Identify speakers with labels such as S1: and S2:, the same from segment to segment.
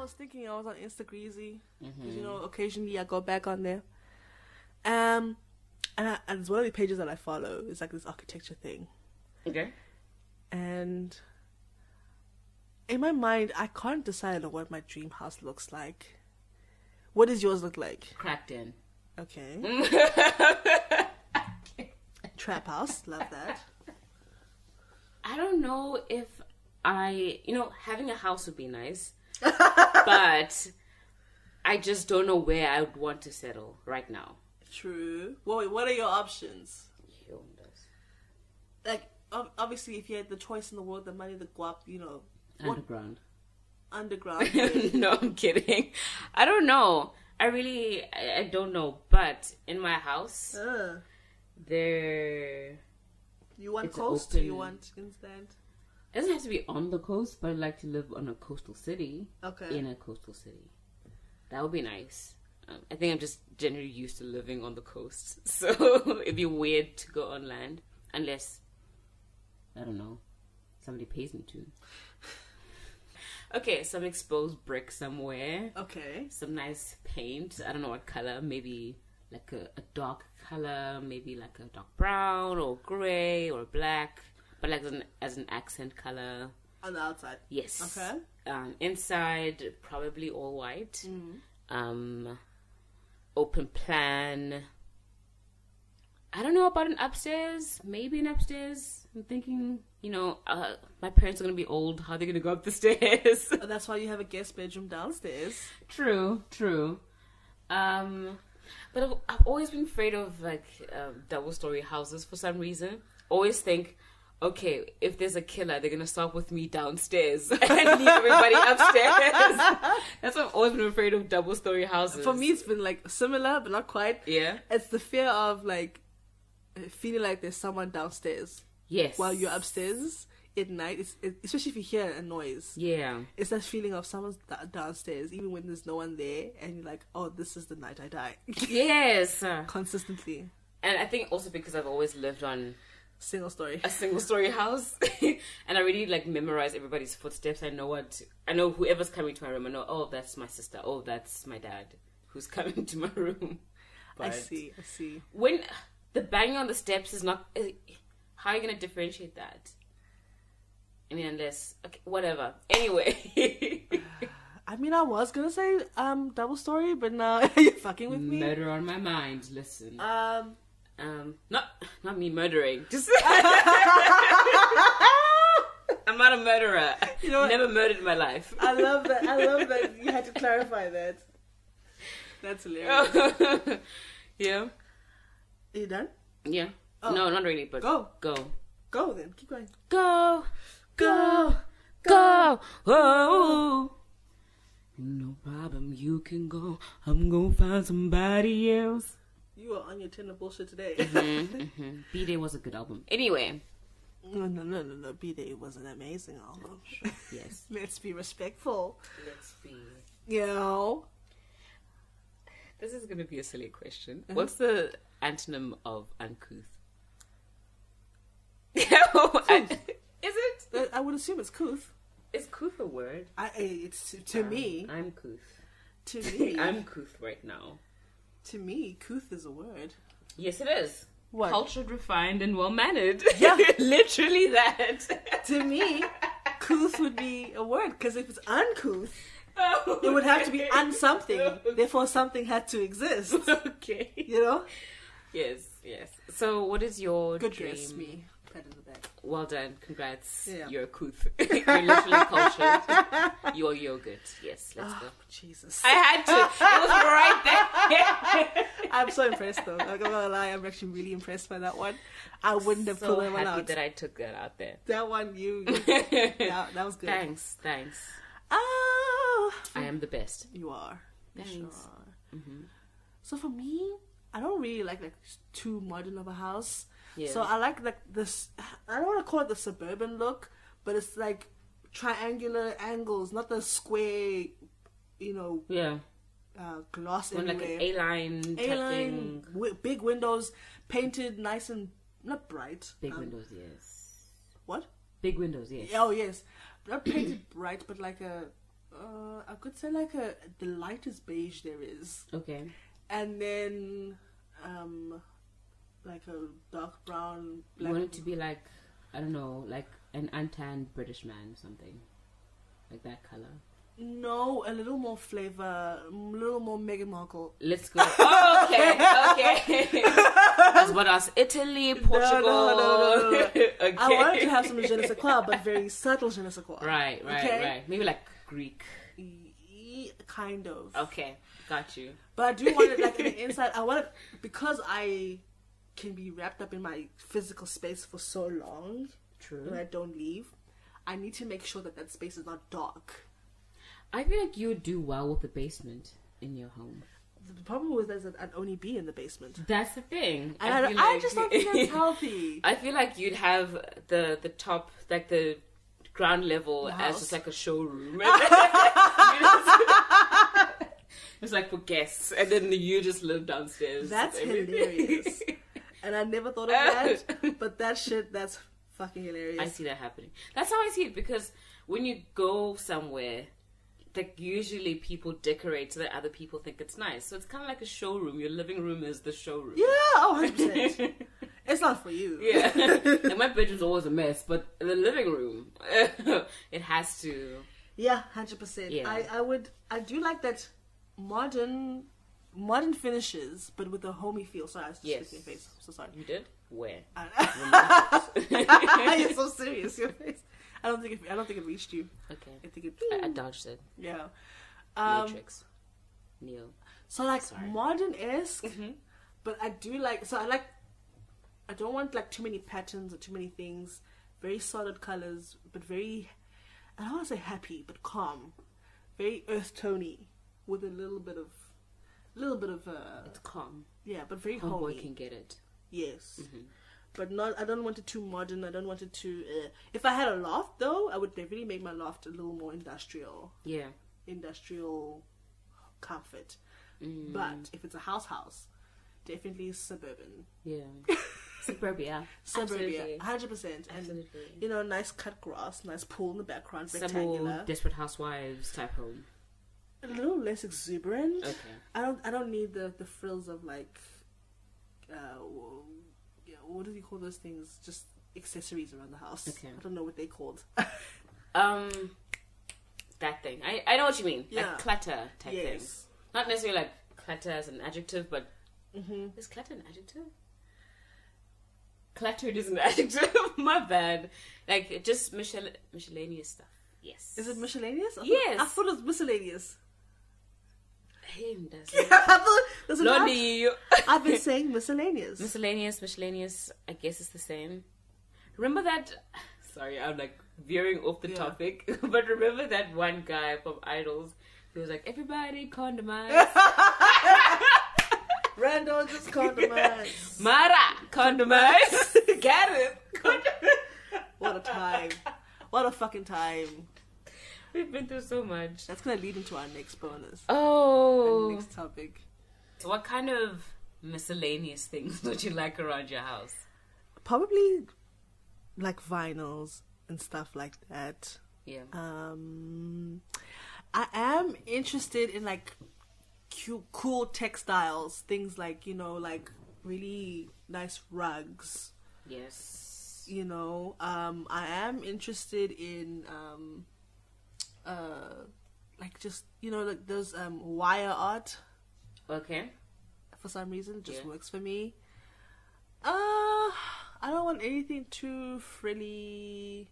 S1: was thinking I was on Instagreasy because you know occasionally I go back on there. Um, and, I, and it's one of the pages that I follow. It's like this architecture thing,
S2: Okay.
S1: and in my mind, I can't decide on what my dream house looks like. What does yours look like?
S2: Cracked in.
S1: Okay. Trap house, love that.
S2: I don't know if I, you know, having a house would be nice, but I just don't know where I would want to settle right now.
S1: True. Well, wait, what are your options? Like, ob- obviously, if you had the choice in the world, the money, the guap, you know, what
S2: Underground.
S1: underground?
S2: no, I'm kidding. I don't know. I really, I, I don't know. But in my house,
S1: uh,
S2: there
S1: you want
S2: It's
S1: coast? or You
S2: open.
S1: want instant?
S2: it doesn't have to be on the coast, but I'd like to live on a coastal city.
S1: Okay.
S2: in a coastal city. That would be nice. Um, I think I'm just generally used to living on the coast, so it'd be weird to go on land unless I don't know somebody pays me to. Okay, some exposed brick somewhere,
S1: Okay.
S2: some nice paint. I don't know what color. Maybe like a, a dark color, maybe like a dark brown or gray or black, but like as an, as an accent color.
S1: On the outside.
S2: Yes.
S1: Okay.
S2: Um, inside, probably all white. Um, open plan. I don't know about an upstairs. Maybe an upstairs. I'm thinking, you know, uh, my parents are gonna be old. How are they gonna go up the stairs?
S1: And Oh, that's why you have a guest bedroom downstairs.
S2: true. True. Um, but I've, I've always been afraid of like um, double story houses for some reason. Always think. Okay, if there's a killer, they're gonna start with me downstairs and leave everybody upstairs. That's what I've always been afraid of double story houses.
S1: For me, it's been like similar, but not quite.
S2: Yeah.
S1: It's the fear of like feeling like there's someone downstairs
S2: Yes.
S1: while you're upstairs at night. It's, it, especially if you hear a noise.
S2: Yeah.
S1: It's that feeling of someone's da- downstairs, even when there's no one there, and you're like, oh, this is the night I die.
S2: Yes. And
S1: Consistently.
S2: I think also because I've always lived on
S1: Single story.
S2: a single story house and I really like memorize everybody's footsteps. I know what I know whoever's coming to my room. I know, oh that's my sister. Oh that's my dad who's coming to my room.
S1: I
S2: But
S1: see, I see.
S2: When the banging on the steps is not eh, how are you gonna differentiate that? I mean unless okay, whatever. Anyway.
S1: I mean, I was gonna say um double story, but now you're fucking with me.
S2: Murder on my mind, listen.
S1: Um,
S2: Um, not not me murdering. Just I'm not a murderer.
S1: You know what?
S2: Never murdered in my life.
S1: I love that. I love that you had to clarify that. That's hilarious.
S2: yeah.
S1: you done?
S2: Yeah.
S1: Oh.
S2: No, not really. But
S1: Go,
S2: go,
S1: go then. Keep going.
S2: go,
S1: Go,
S2: go. Oh. No problem, you can go. I'm gonna find somebody else.
S1: You are on your Tinder bullshit today.
S2: Mhm. B Day was a good album. Anyway,
S1: no, no, no, no, no. B Day was an amazing album.
S2: yes.
S1: Let's be respectful.
S2: Let's be
S1: You know,
S2: This is going to be a silly question. What's the antonym of uncouth? I- is it?
S1: I- I would assume it's couth.
S2: Is couth a word?
S1: I, I- it's to me,
S2: I'm couth.
S1: to me,
S2: I'm couth right now.
S1: to me, couth is a word.
S2: Yes, it is.
S1: What?
S2: Cultured, refined, and well mannered.
S1: Yeah.
S2: literally that.
S1: To me, couth would be a word because if it's uncouth,
S2: Oh,
S1: it would have to be
S2: okay.
S1: un something. Therefore, something had to exist.
S2: okay.
S1: You know.
S2: Yes, yes. So, what is your
S1: Good
S2: dream?
S1: guess, me. Pat in the back.
S2: Well done. Congrats.
S1: Yeah.
S2: You're a couth. You're literally cultured. You're yogurt. Yes, let's go.
S1: Ah, Jesus,
S2: I had to. It was right there.
S1: I'm so impressed though. Like, I'm not gonna lie, I'm actually really impressed by that one. I wouldn't have
S2: so
S1: pulled that one
S2: happy
S1: out.
S2: that I took that out there.
S1: that one, you, yeah, that was good.
S2: Thanks, thanks.
S1: Ah,
S2: I am the best. Mm-hmm.
S1: you are. You sure
S2: Thanks.
S1: are. So for me, I don't really like like too modern of a house.
S2: Yeah.
S1: So I like like this. I don't want to call it the suburban look, but it's like triangular angles, not the square. You know,
S2: yeah,
S1: uh, gloss
S2: on
S1: everywhere.
S2: like an A line type
S1: A-line,
S2: thing.
S1: wi- big windows, painted nice and not bright.
S2: Big
S1: Um,
S2: windows, yes.
S1: What?
S2: Big windows, yes.
S1: Oh yes, not painted bright, but like a Uh, I could say like a the lightest beige there is,
S2: Okay.
S1: and then um, like a dark brown.
S2: You want it to be like I don't know, like an untanned British man or something, like that color.
S1: No, a little more flavor, a little more Meghan Markle.
S2: Let's go. Oh, okay, okay. That's what else? Italy, Portugal.
S1: no, no, no, no.
S2: okay.
S1: I wanted to have some je ne sais quoi, but very subtle je ne sais quoi.
S2: Right, right,
S1: Okay.
S2: right. Maybe like Greek.
S1: E- kind of.
S2: Okay, got you.
S1: But I do want it like in the inside. I want it because I can be wrapped up in my physical space for so long
S2: True.
S1: when I don't leave. I need to make sure that that space is not dark.
S2: I feel like you would do well with the basement in your home.
S1: The problem with that is that I'd only be in the basement.
S2: That's the thing.
S1: And I,
S2: feel
S1: I
S2: like-
S1: just don't think that's healthy.
S2: I feel like you'd have the the top, like the ground level,
S1: The
S2: as
S1: house.
S2: just like a showroom. it's like for guests, and then you just live downstairs.
S1: That's hilarious. and I never thought of that. But that shit, that's fucking hilarious.
S2: Oh. I see that happening. That's how I see it because when you go somewhere, like usually people decorate so that other people think it's nice. So it's kind of like a showroom. Your living room is the showroom.
S1: yeah, oh, 100%. it's not for you.
S2: Yeah, like my bedroom's always a mess, but the living room, it has to.
S1: Yeah, hundred percent.
S2: Yeah.
S1: I I would I do like that modern modern finishes, but with a homey feel. Sorry, I was just
S2: Yes.
S1: yes. your face. I'm so sorry.
S2: You did where?
S1: I- You're so serious. Your face. I don't think it, I don't think it reached you.
S2: Okay,
S1: I think it.
S2: I, I dodged it.
S1: Yeah. Um,
S2: Matrix, Neo.
S1: so like
S2: Sorry.
S1: modern esque, but I do like. So I like. I don't want like too many patterns or too many things. Very solid colors, but very. I don't want to say happy, but calm. Very earth tony, with a little bit of, little bit of uh,
S2: It's calm. Mm-hmm.
S1: yeah, but very
S2: Homeboy
S1: homey.
S2: can get it.
S1: Yes. But not, I don't want it too modern. I don't want it too. Uh, if I had a loft, though, I would definitely make my loft a little more industrial
S2: Yeah,
S1: industrial comfort.
S2: Mm.
S1: But if it's a house house, definitely suburban.
S2: yeah. Suburbia.
S1: Suburbia,
S2: Absolutely.
S1: 100%. And,
S2: Absolutely.
S1: you know, nice cut grass, nice pool in the background,
S2: Some
S1: rectangular.
S2: old desperate housewives type home.
S1: A little less exuberant.
S2: Okay.
S1: I don't I don't need the, the frills of, like, uh, w- yeah, what do you call those things? Just accessories around the house.
S2: Okay.
S1: I don't know what they called.
S2: Um, that thing. I I know what you mean.
S1: Yeah.
S2: Like clutter type thing.
S1: yes.
S2: Not necessarily like clutter as an adjective, but
S1: hmm
S2: Is clutter an adjective? Cluttered is an adjective. My bad. Like it just michel- miscellaneous stuff. Yes.
S1: Is it miscellaneous? I thought-
S2: Yes.
S1: I thought it was miscellaneous.
S2: Him does.
S1: I thought, that's what I-
S2: Lonely.
S1: I've been saying miscellaneous.
S2: miscellaneous, miscellaneous. I guess it's the same. Remember that? Sorry, I'm like veering off the
S1: Yeah.
S2: topic. But remember that one guy from Idols. He was like, everybody condomize.
S1: Randall just called the mines.
S2: Mara, condomize. Get it? Condomize.
S1: What a time. What a fucking time.
S2: We've been through so much.
S1: That's gonna lead into our next bonus.
S2: Oh.
S1: Our next topic.
S2: So what kind of miscellaneous things would you like around your house?
S1: Probably like vinyls and stuff like that.
S2: Yeah.
S1: Um I am interested in like cu cool textiles, things like, you know, like really nice rugs.
S2: Yes.
S1: you know um i am interested in um uh like just you know like those um wire art
S2: Okay.
S1: for some reason just
S2: Yeah.
S1: works for me uh i don't want anything too frilly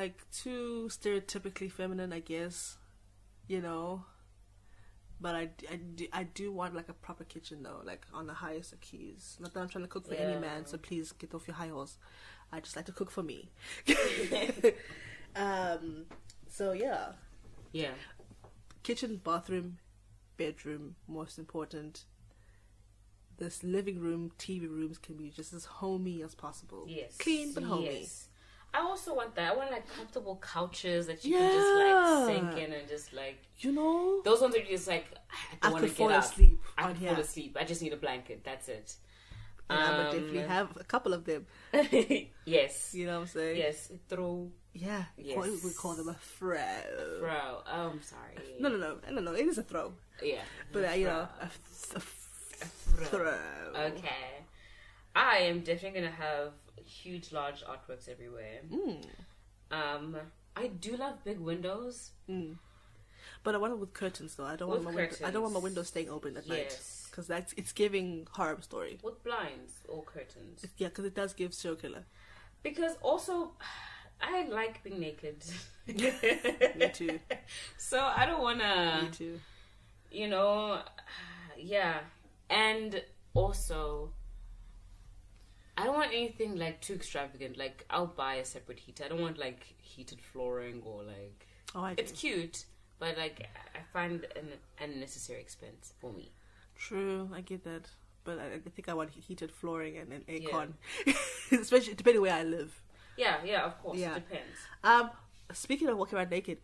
S1: like too stereotypically feminine i guess you know but I, d- I, d- I do want like a proper kitchen though like on the highest of keys not that i'm trying to cook for any man so please get off your high horse i just like to cook for me um so yeah
S2: Yeah.
S1: kitchen, bathroom, bedroom, most important. This living room, TV rooms can be just as homey as possible.
S2: Yes.
S1: Clean but homey.
S2: Yes. I also want that. I want like comfortable couches that you can just like
S1: Yeah.
S2: sink in and just like
S1: You know?
S2: those ones are just like I
S1: I
S2: don't want to
S1: could
S2: get
S1: fall
S2: up.
S1: asleep
S2: I
S1: on
S2: could
S1: here.
S2: fall asleep. Um, I just need a blanket. That's it.
S1: And I would definitely have a couple of them.
S2: yes.
S1: You know what I'm saying?
S2: Yes. Throw
S1: Yeah, we call-
S2: Yes.
S1: we call them a throw.
S2: Bro, I'm sorry.
S1: No, no, no, no, no. It is a throw,
S2: Yeah.
S1: but uh, you know, a,
S2: Throw.
S1: th- a f-
S2: A throw.
S1: throw.
S2: Okay. I am definitely gonna have huge, large artworks everywhere.
S1: Mm.
S2: Um, I do love big windows.
S1: Mm. But I want it with curtains though. I don't want my
S2: With
S1: window, I don't want my
S2: curtains.
S1: window staying open at night
S2: Yes.
S1: because that's it's giving horror story.
S2: With blinds or curtains.
S1: It- yeah, because it does give serial killer.
S2: Because also, I like being naked.
S1: Me too.
S2: So I don't
S1: Me
S2: wanna,
S1: too.
S2: you know, yeah. And also, I don't want anything like too extravagant. Like I'll buy a separate heater. I don't want like heated flooring or like.
S1: Oh, I do.
S2: It's cute, but like I find an unnecessary expense for me.
S1: True, I get that. But I, I think I want he- heated flooring and an
S2: Yeah.
S1: aircon, especially depending where I live.
S2: Yeah, yeah, of course,
S1: Yeah.
S2: it depends.
S1: Um, speaking of walking around naked,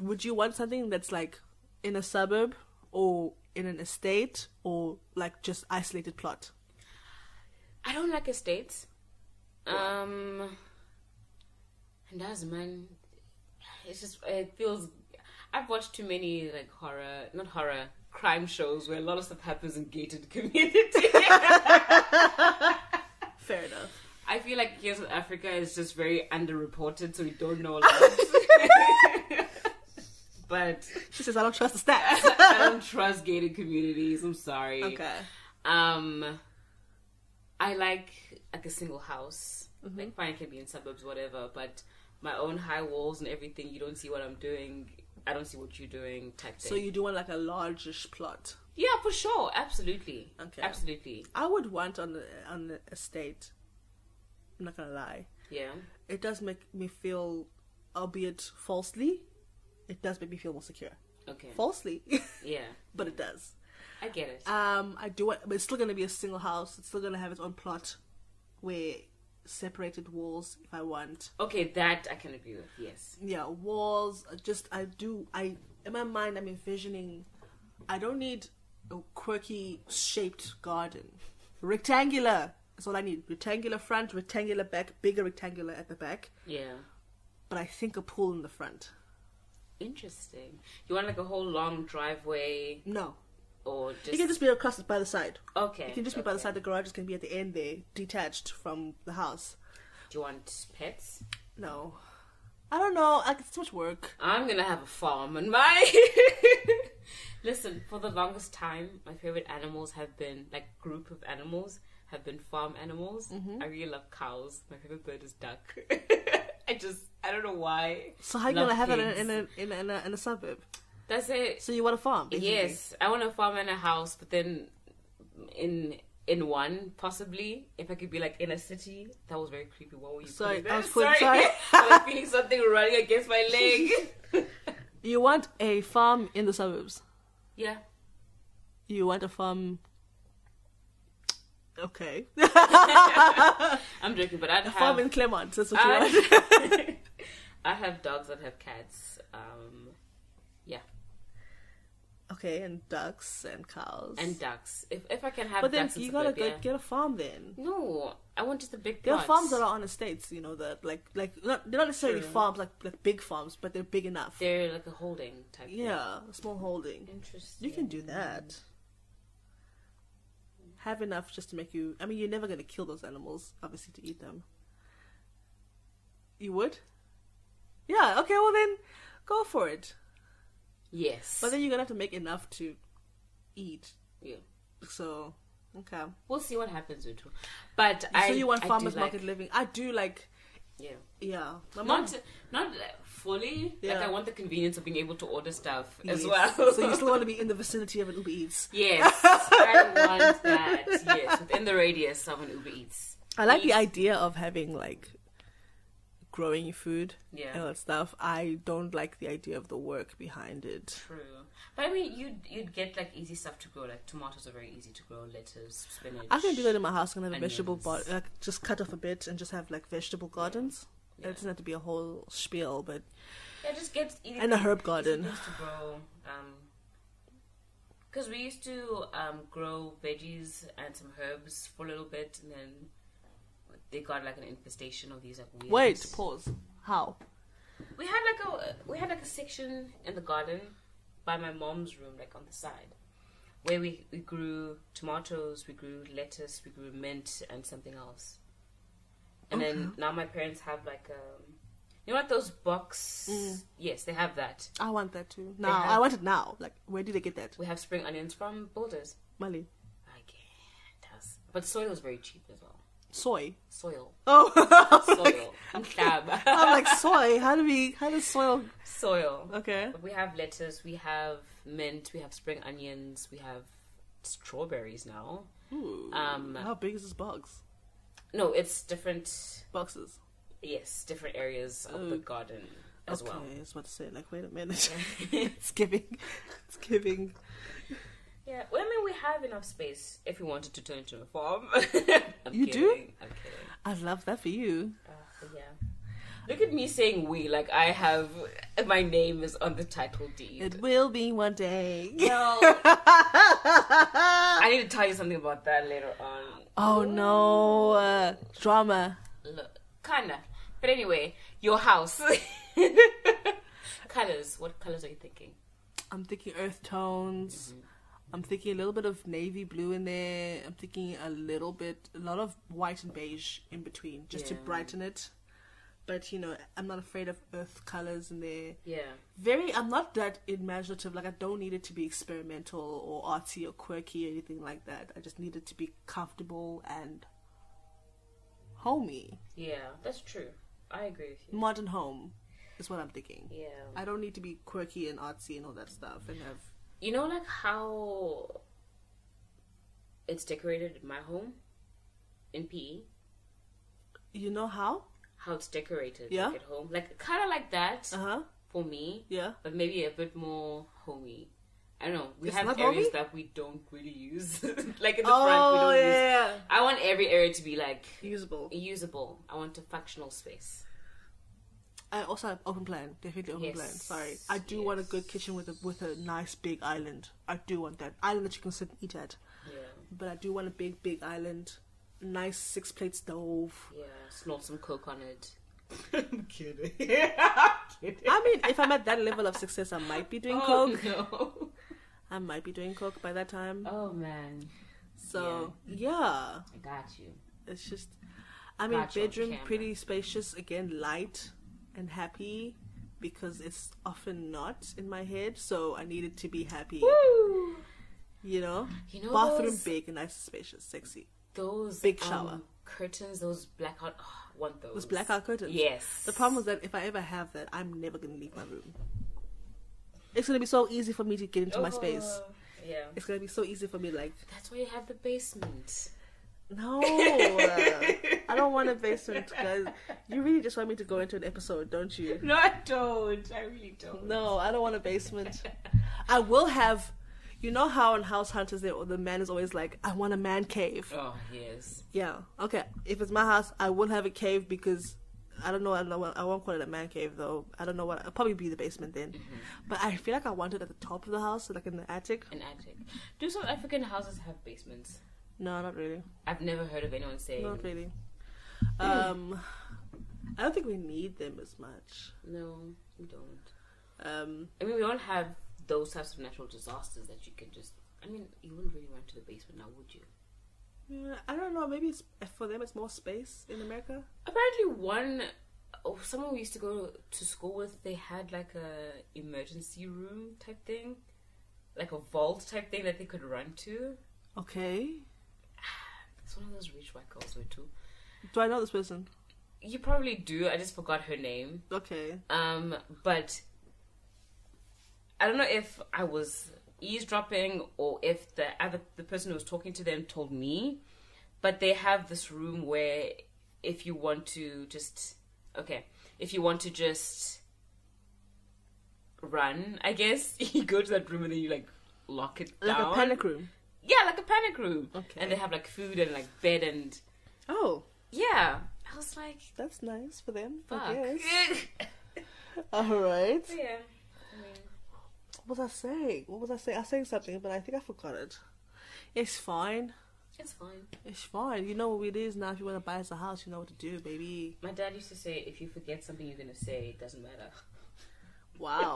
S1: would you want something that's like in a suburb or in an estate or like just isolated plot?
S2: I don't like estates. Um, and that's man, it's just it feels. I've watched too many like horror, not horror, crime shows where a lot of stuff happens in gated communities.
S1: Fair enough.
S2: I feel like here in Africa is just very underreported, so we don't know a lot. but
S1: She says I don't trust the stats.
S2: I don't trust gated communities. I'm sorry.
S1: okay.
S2: Um, I like like a single house.
S1: Mm-hmm.
S2: Like fine, it can be in suburbs, whatever. But my own high walls and everything. You don't see what I'm doing. I don't see what you're doing. Type thing.
S1: So you do want like a largish plot.
S2: yeah, for sure, absolutely,
S1: Okay.
S2: absolutely,
S1: I would want on the on the estate. I'm not gonna lie.
S2: yeah.
S1: It does make me feel, albeit falsely, it does make me feel more secure.
S2: Okay,
S1: Falsely,
S2: yeah,
S1: but it does.
S2: I get it.
S1: Um, I do want, but it's still gonna be a single house. It's still gonna have its own plot, where separated walls. If I want,
S2: Okay, that I can agree with. Yes,
S1: yeah, walls. uh, Just I do. I in my mind, I'm envisioning. I don't need a quirky shaped garden. Rectangular. That's all I need. Rectangular front, rectangular back, bigger rectangular at the back.
S2: yeah.
S1: But I think a pool in the front.
S2: Interesting. You want like a whole long driveway
S1: No,
S2: or
S1: it
S2: just
S1: can just be across the- by the side.
S2: okay?
S1: It can just be by the
S2: okay.
S1: side. The garage can be at the end there, detached from the house.
S2: Do you want pets?
S1: No. I don't know. Like, it's too much work.
S2: I'm gonna have a farm and my listen for the longest time my favorite animals have been like group of animals have been farm animals I really love cows my favorite bird is duck I just I don't know why
S1: So how you
S2: Love
S1: gonna have
S2: pigs.
S1: it in, in, a, in, a, in, a, in a suburb?
S2: that's it
S1: So you want a farm? Basically.
S2: yes I want a farm and a house but then in in one possibly if I could be like in a city that was very creepy what were you
S1: Sorry,
S2: putting
S1: I
S2: there?
S1: was putting- sorry.
S2: I was feeling something running against my leg
S1: You want a farm in the suburbs.
S2: yeah
S1: You want a farm. Okay.
S2: I'm joking but I'd
S1: A
S2: have
S1: farm in Claremont. That's what you want.
S2: I, I have dogs that have cats. Um, yeah,
S1: Okay, and ducks and cows.
S2: and ducks. If if I can have
S1: but then
S2: ducks, in
S1: you gotta
S2: suburbia.
S1: go, get a farm then.
S2: No, I want just a big.
S1: There are
S2: plot.
S1: farms that are on estates, you know, that like like not, they're not necessarily
S2: True.
S1: farms like like big farms, but they're big enough.
S2: They're like a holding type. thing.
S1: yeah, a small holding.
S2: interesting.
S1: You can do that. Have enough just to make you. I mean, you're never going to kill those animals, obviously, to eat them. You would? Yeah, okay, well then go for it.
S2: Yes,
S1: But then you're going to have to make enough to eat.
S2: yeah.
S1: So, okay.
S2: we'll see what happens with. two. But I.
S1: so you want
S2: I do
S1: farmers
S2: like-
S1: market living? I do like,
S2: Yeah.
S1: yeah. My mom-
S2: Not not like, fully.
S1: Yeah.
S2: Like I want the convenience of being able to order stuff as well.
S1: Yes. so you still want to be in the vicinity of an Uber Eats.
S2: yes, I want that. Yes, within the radius of an Uber Eats.
S1: I like the
S2: Yes.
S1: idea of having like growing your food
S2: Yeah.
S1: and all that stuff. I don't like the idea of the work behind it.
S2: True, but I mean, you'd you'd get like easy stuff to grow. Like tomatoes are very easy to grow. Lettuce, spinach.
S1: I can do that in my house. I can have a vegetable bar-
S2: Onions.
S1: like just cut off a bit and just have like vegetable gardens.
S2: Yeah.
S1: It doesn't have to be a whole spiel, but
S2: Yeah, just get easy.
S1: and a herb
S2: easy
S1: garden.
S2: things to grow. Um, because we used to um grow veggies and some herbs for a little bit, and then they got like an infestation of these like weird.
S1: Wait, pause. How?
S2: We had like a we had like a section in the garden by my mom's room, like on the side, where we, we grew tomatoes, we grew lettuce, we grew mint, and something else. And then now my parents have like um, you know what those box?
S1: Mm.
S2: Yes, they have that.
S1: I want that too.
S2: They
S1: Now I
S2: have-
S1: want it now. Like where did they get that?
S2: We have spring onions from Builders.
S1: Mali
S2: I can't. ask. But soil is very cheap as well.
S1: soy.
S2: Soil,
S1: Oh, I'm like-
S2: soil, Mhlaba.
S1: I'm like soy. How do we? How does soil?
S2: soil.
S1: Okay.
S2: We have lettuce, we have mint, we have spring onions, we have strawberries now.
S1: Ooh.
S2: Um,
S1: how big is this box?
S2: No, it's different.
S1: Boxes.
S2: Yes, different areas of the garden
S1: Mm.
S2: as
S1: okay,
S2: well.
S1: I was about to say like, wait a minute. it's giving. It's giving.
S2: Yeah, well, I mean, we have enough space if we wanted to turn into a farm. I'm
S1: You do?
S2: kidding, I'm kidding.
S1: I love that for you.
S2: Uh, but yeah. Look at me saying we like I have my name is on the title deed.
S1: It will be one day.
S2: Well, I need to tell you something about that later on.
S1: Oh no, uh, drama.
S2: Look, kinda. But anyway, your house. colors. What colors are you thinking?
S1: I'm thinking earth tones.
S2: Mm-hmm.
S1: I'm thinking a little bit of navy blue in there. I'm thinking a little bit, a lot of white and beige in between, just
S2: Yeah.
S1: to brighten it. But you know, I'm not afraid of earth colors in there.
S2: Yeah.
S1: Very, I'm not that imaginative. Like I don't need it to be experimental or artsy or quirky or anything like that. I just need it to be comfortable and homey,
S2: Yeah, that's true. I agree with you.
S1: modern home, is what I'm thinking.
S2: Yeah.
S1: I don't need to be quirky and artsy and all that stuff and have
S2: You know, like how it's decorated in my home in PE?
S1: you know how?
S2: How it's decorated
S1: Yeah.
S2: like, at home? Like, kind of like that
S1: Uh-huh.
S2: for me,
S1: Yeah.
S2: but maybe a bit more homey. I don't know. We
S1: It's
S2: have
S1: not
S2: areas
S1: homey?
S2: that we don't really use. like in the front, we
S1: Oh
S2: don't use.
S1: yeah.
S2: I want every area to be like
S1: Usable.
S2: usable. I want a functional space.
S1: I also have open plan, definitely open
S2: Yes.
S1: plan. Sorry, I do want a good kitchen with a with a nice big island. I do want that island that you can sit and eat at.
S2: Yeah,
S1: But I do want a big big island, nice six plate stove.
S2: yeah. Snort some coke on it. kidding.
S1: I mean, if I'm at that level of success, I might be doing
S2: oh,
S1: coke.
S2: No.
S1: I might be doing coke by that time.
S2: Oh man,
S1: So yeah.
S2: I got you.
S1: It's just, I mean,
S2: Gotcha,
S1: bedroom
S2: camera.
S1: pretty spacious again, light and happy because it's often not in my head, so I need it to be happy.
S2: Woo!
S1: You know,
S2: You know
S1: bathroom
S2: those,
S1: big and nice, spacious, sexy.
S2: those
S1: big
S2: um,
S1: shower.
S2: curtains, those blackout. Oh, I want those?
S1: Those blackout curtains.
S2: Yes.
S1: The problem is that if I ever have that, I'm never gonna leave my room. It's gonna be so easy for me to get into my space.
S2: Oh, Yeah.
S1: It's gonna be so easy for me, like
S2: That's why you have the basement.
S1: no, uh, I don't want a basement, guys. You really just want me to go into an episode, don't you?
S2: No, I don't. I really don't.
S1: No, I don't want a basement. I will have. You know how in House Hunters, they, the man is always like, "I want a man cave."
S2: Oh yes.
S1: Yeah. Okay. If it's my house, I will have a cave because I don't know. I don't know. I won't call it a man cave though. I don't know what. It'll probably be the basement then. But I feel like I want it at the top of the house, so like in the attic.
S2: Mm-hmm. An attic. Do South African houses have basements?
S1: No, not really.
S2: I've never heard of anyone saying
S1: Not really. Um, I don't think we need them as much.
S2: no. We don't.
S1: Um,
S2: I mean, we don't have those types of natural disasters that you can just. I mean, you wouldn't really run to the basement now, would you?
S1: yeah, I don't know. Maybe it's, for them, it's more space in America.
S2: Apparently, one oh, someone we used to go to school with, they had like a emergency room type thing, like a vault type thing that they could run to.
S1: Okay.
S2: It's one of those rich white girls we too.
S1: Do I know this person?
S2: You probably do. I just forgot her name.
S1: Okay.
S2: Um, but I don't know if I was eavesdropping or if the other the person who was talking to them told me. But they have this room where if you want to just okay, if you want to just run, I guess you go to that room and then you like lock it
S1: Like
S2: down.
S1: a panic room.
S2: yeah, like a panic room.
S1: Okay.
S2: And they have like food and like bed and
S1: Oh,
S2: yeah. I was like,
S1: that's nice for them.
S2: fuck.
S1: All right.
S2: yeah. I mean,
S1: What was I saying? What was I saying? I was saying something, but I think I forgot it. It's fine.
S2: It's fine.
S1: It's fine. You know what it is now. If you want to buy us a house, you know what to do, baby.
S2: My dad used to say, if you forget something you're gonna say, it doesn't matter.
S1: Wow.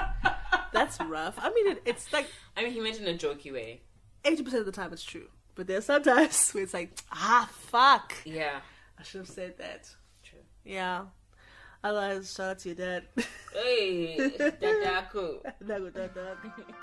S1: That's rough. I mean, it, it's like
S2: I mean, he meant in a jokey way.
S1: 80% of the time it's true. But there's sometimes where it's like, ah, fuck.
S2: Yeah,
S1: I should have said that.
S2: true.
S1: Yeah. Otherwise, shout out to your dad.
S2: Hey, dadako.
S1: Dog, dog, dog.